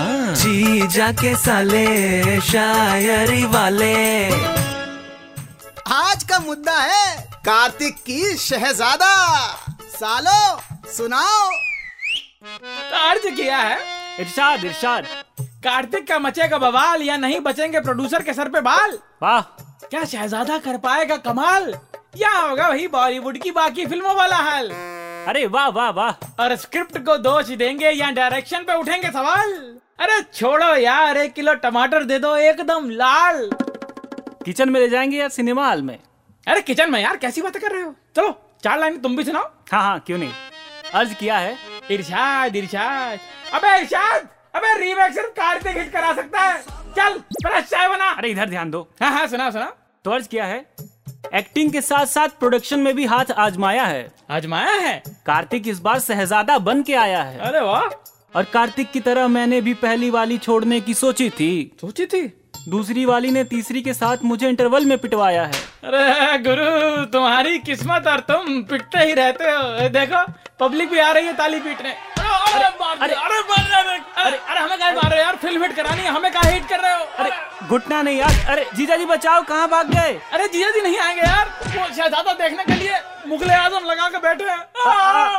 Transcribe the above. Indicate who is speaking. Speaker 1: जी जाके साले शायरी वाले
Speaker 2: आज का मुद्दा है कार्तिक की शहजादा सालो सुनाओ
Speaker 3: अर्ज किया है
Speaker 4: इरशाद इरशाद
Speaker 3: कार्तिक का मचेगा बवाल या नहीं बचेंगे प्रोड्यूसर के सर पे बाल
Speaker 4: वाह
Speaker 3: क्या शहजादा कर पाएगा कमाल या होगा वही बॉलीवुड की बाकी फिल्मों वाला हाल
Speaker 4: अरे वाह वाह वाह
Speaker 3: और स्क्रिप्ट को दोष देंगे या डायरेक्शन पे उठेंगे सवाल अरे छोड़ो यार एक किलो टमाटर दे दो एकदम लाल
Speaker 4: किचन में ले जाएंगे या सिनेमा हॉल में
Speaker 3: अरे किचन में यार कैसी बातें कर रहे हो चलो चार लाइन तुम भी सुनाओ
Speaker 4: हाँ हाँ क्यों नहीं अर्ज किया है
Speaker 3: इरशाद इरशाद अबे इरशाद अबे रीमेक सिर्फ कार्तिक हिट करा सकता है चल पर चाय बना
Speaker 4: अरे इधर ध्यान दो
Speaker 3: हाँ हाँ सुना सुना
Speaker 4: तो अर्ज किया है एक्टिंग के साथ साथ प्रोडक्शन में भी हाथ आजमाया है
Speaker 3: आजमाया है
Speaker 4: कार्तिक इस बार शहजादा बन के आया है
Speaker 3: अरे वाह
Speaker 4: और कार्तिक की तरह मैंने भी पहली वाली छोड़ने की सोची थी
Speaker 3: सोची थी
Speaker 4: दूसरी वाली ने तीसरी के साथ मुझे इंटरवल में पिटवाया है
Speaker 3: अरे गुरु तुम्हारी किस्मत और तुम पिटते ही रहते हो ये देखो पब्लिक भी आ रही है ताली पीटने अरे अरे मार दिया, अरे मार रहे हैं, अरे अरे हमें क्या मार रहे हो यार फिल्म हिट करानी है हमें क्या हिट कर रहे हो अरे
Speaker 4: अरे घुटना नहीं यार अरे जीजा जी बचाओ कहाँ भाग गए
Speaker 3: अरे जीजा जी नहीं आएंगे यार वो शहजादा देखने के लिए मुगले आजम लगा के बैठे हैं आ,